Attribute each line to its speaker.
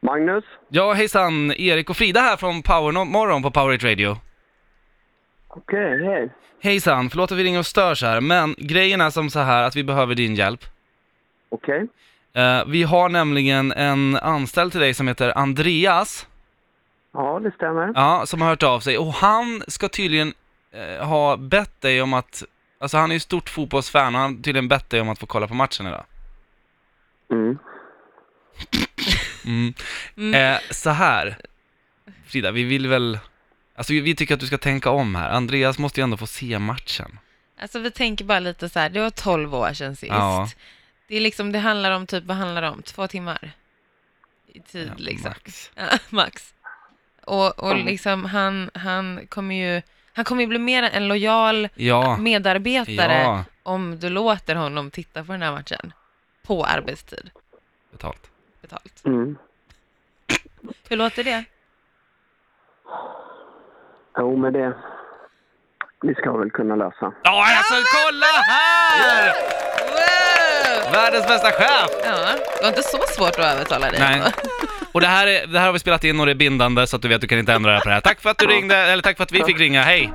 Speaker 1: Magnus?
Speaker 2: Ja, hejsan. Erik och Frida här från Power no- Morgon på Power Hit Radio.
Speaker 1: Okej, hej.
Speaker 2: Hejsan, förlåt att vi ringer och störs här, men grejen är som så här att vi behöver din hjälp.
Speaker 1: Okej.
Speaker 2: Eh, vi har nämligen en anställd till dig som heter Andreas,
Speaker 1: Ja, det stämmer.
Speaker 2: ja, som har hört av sig och han ska tydligen eh, ha bett dig om att, alltså han är ju stort fotbollsfan och han har tydligen bett dig om att få kolla på matchen idag.
Speaker 1: Mm.
Speaker 2: Eh, så här, Frida, vi vill väl, alltså vi, vi tycker att du ska tänka om här. Andreas måste ju ändå få se matchen.
Speaker 3: Alltså vi tänker bara lite så här, det var 12 år sedan sist.
Speaker 2: Ja.
Speaker 3: Det är liksom, det handlar om typ, vad handlar det om? Två timmar? I tid
Speaker 2: Ja,
Speaker 3: liksom.
Speaker 2: Max.
Speaker 3: Ja, max. Och, och
Speaker 1: Ja.
Speaker 3: liksom han, han kommer ju, han kommer ju bli mer en lojal
Speaker 2: Ja,
Speaker 3: medarbetare
Speaker 2: Ja.
Speaker 3: om du låter honom titta på den här matchen. På arbetstid,
Speaker 2: betalt.
Speaker 3: betalt.
Speaker 1: Mm.
Speaker 3: Hur låter det?
Speaker 1: Jo, men det... Vi ska väl kunna lösa.
Speaker 2: Ja, alltså kolla här!
Speaker 3: Wow!
Speaker 2: Världens bästa chef!
Speaker 3: Ja, det var inte så svårt att övertala dig.
Speaker 2: Nej.
Speaker 3: ändå.
Speaker 2: Och det här, är, det här har vi spelat in och det är bindande så att du vet, du kan inte ändra det här på det här. Tack för att du ringde, eller tack för att vi fick ringa, hej!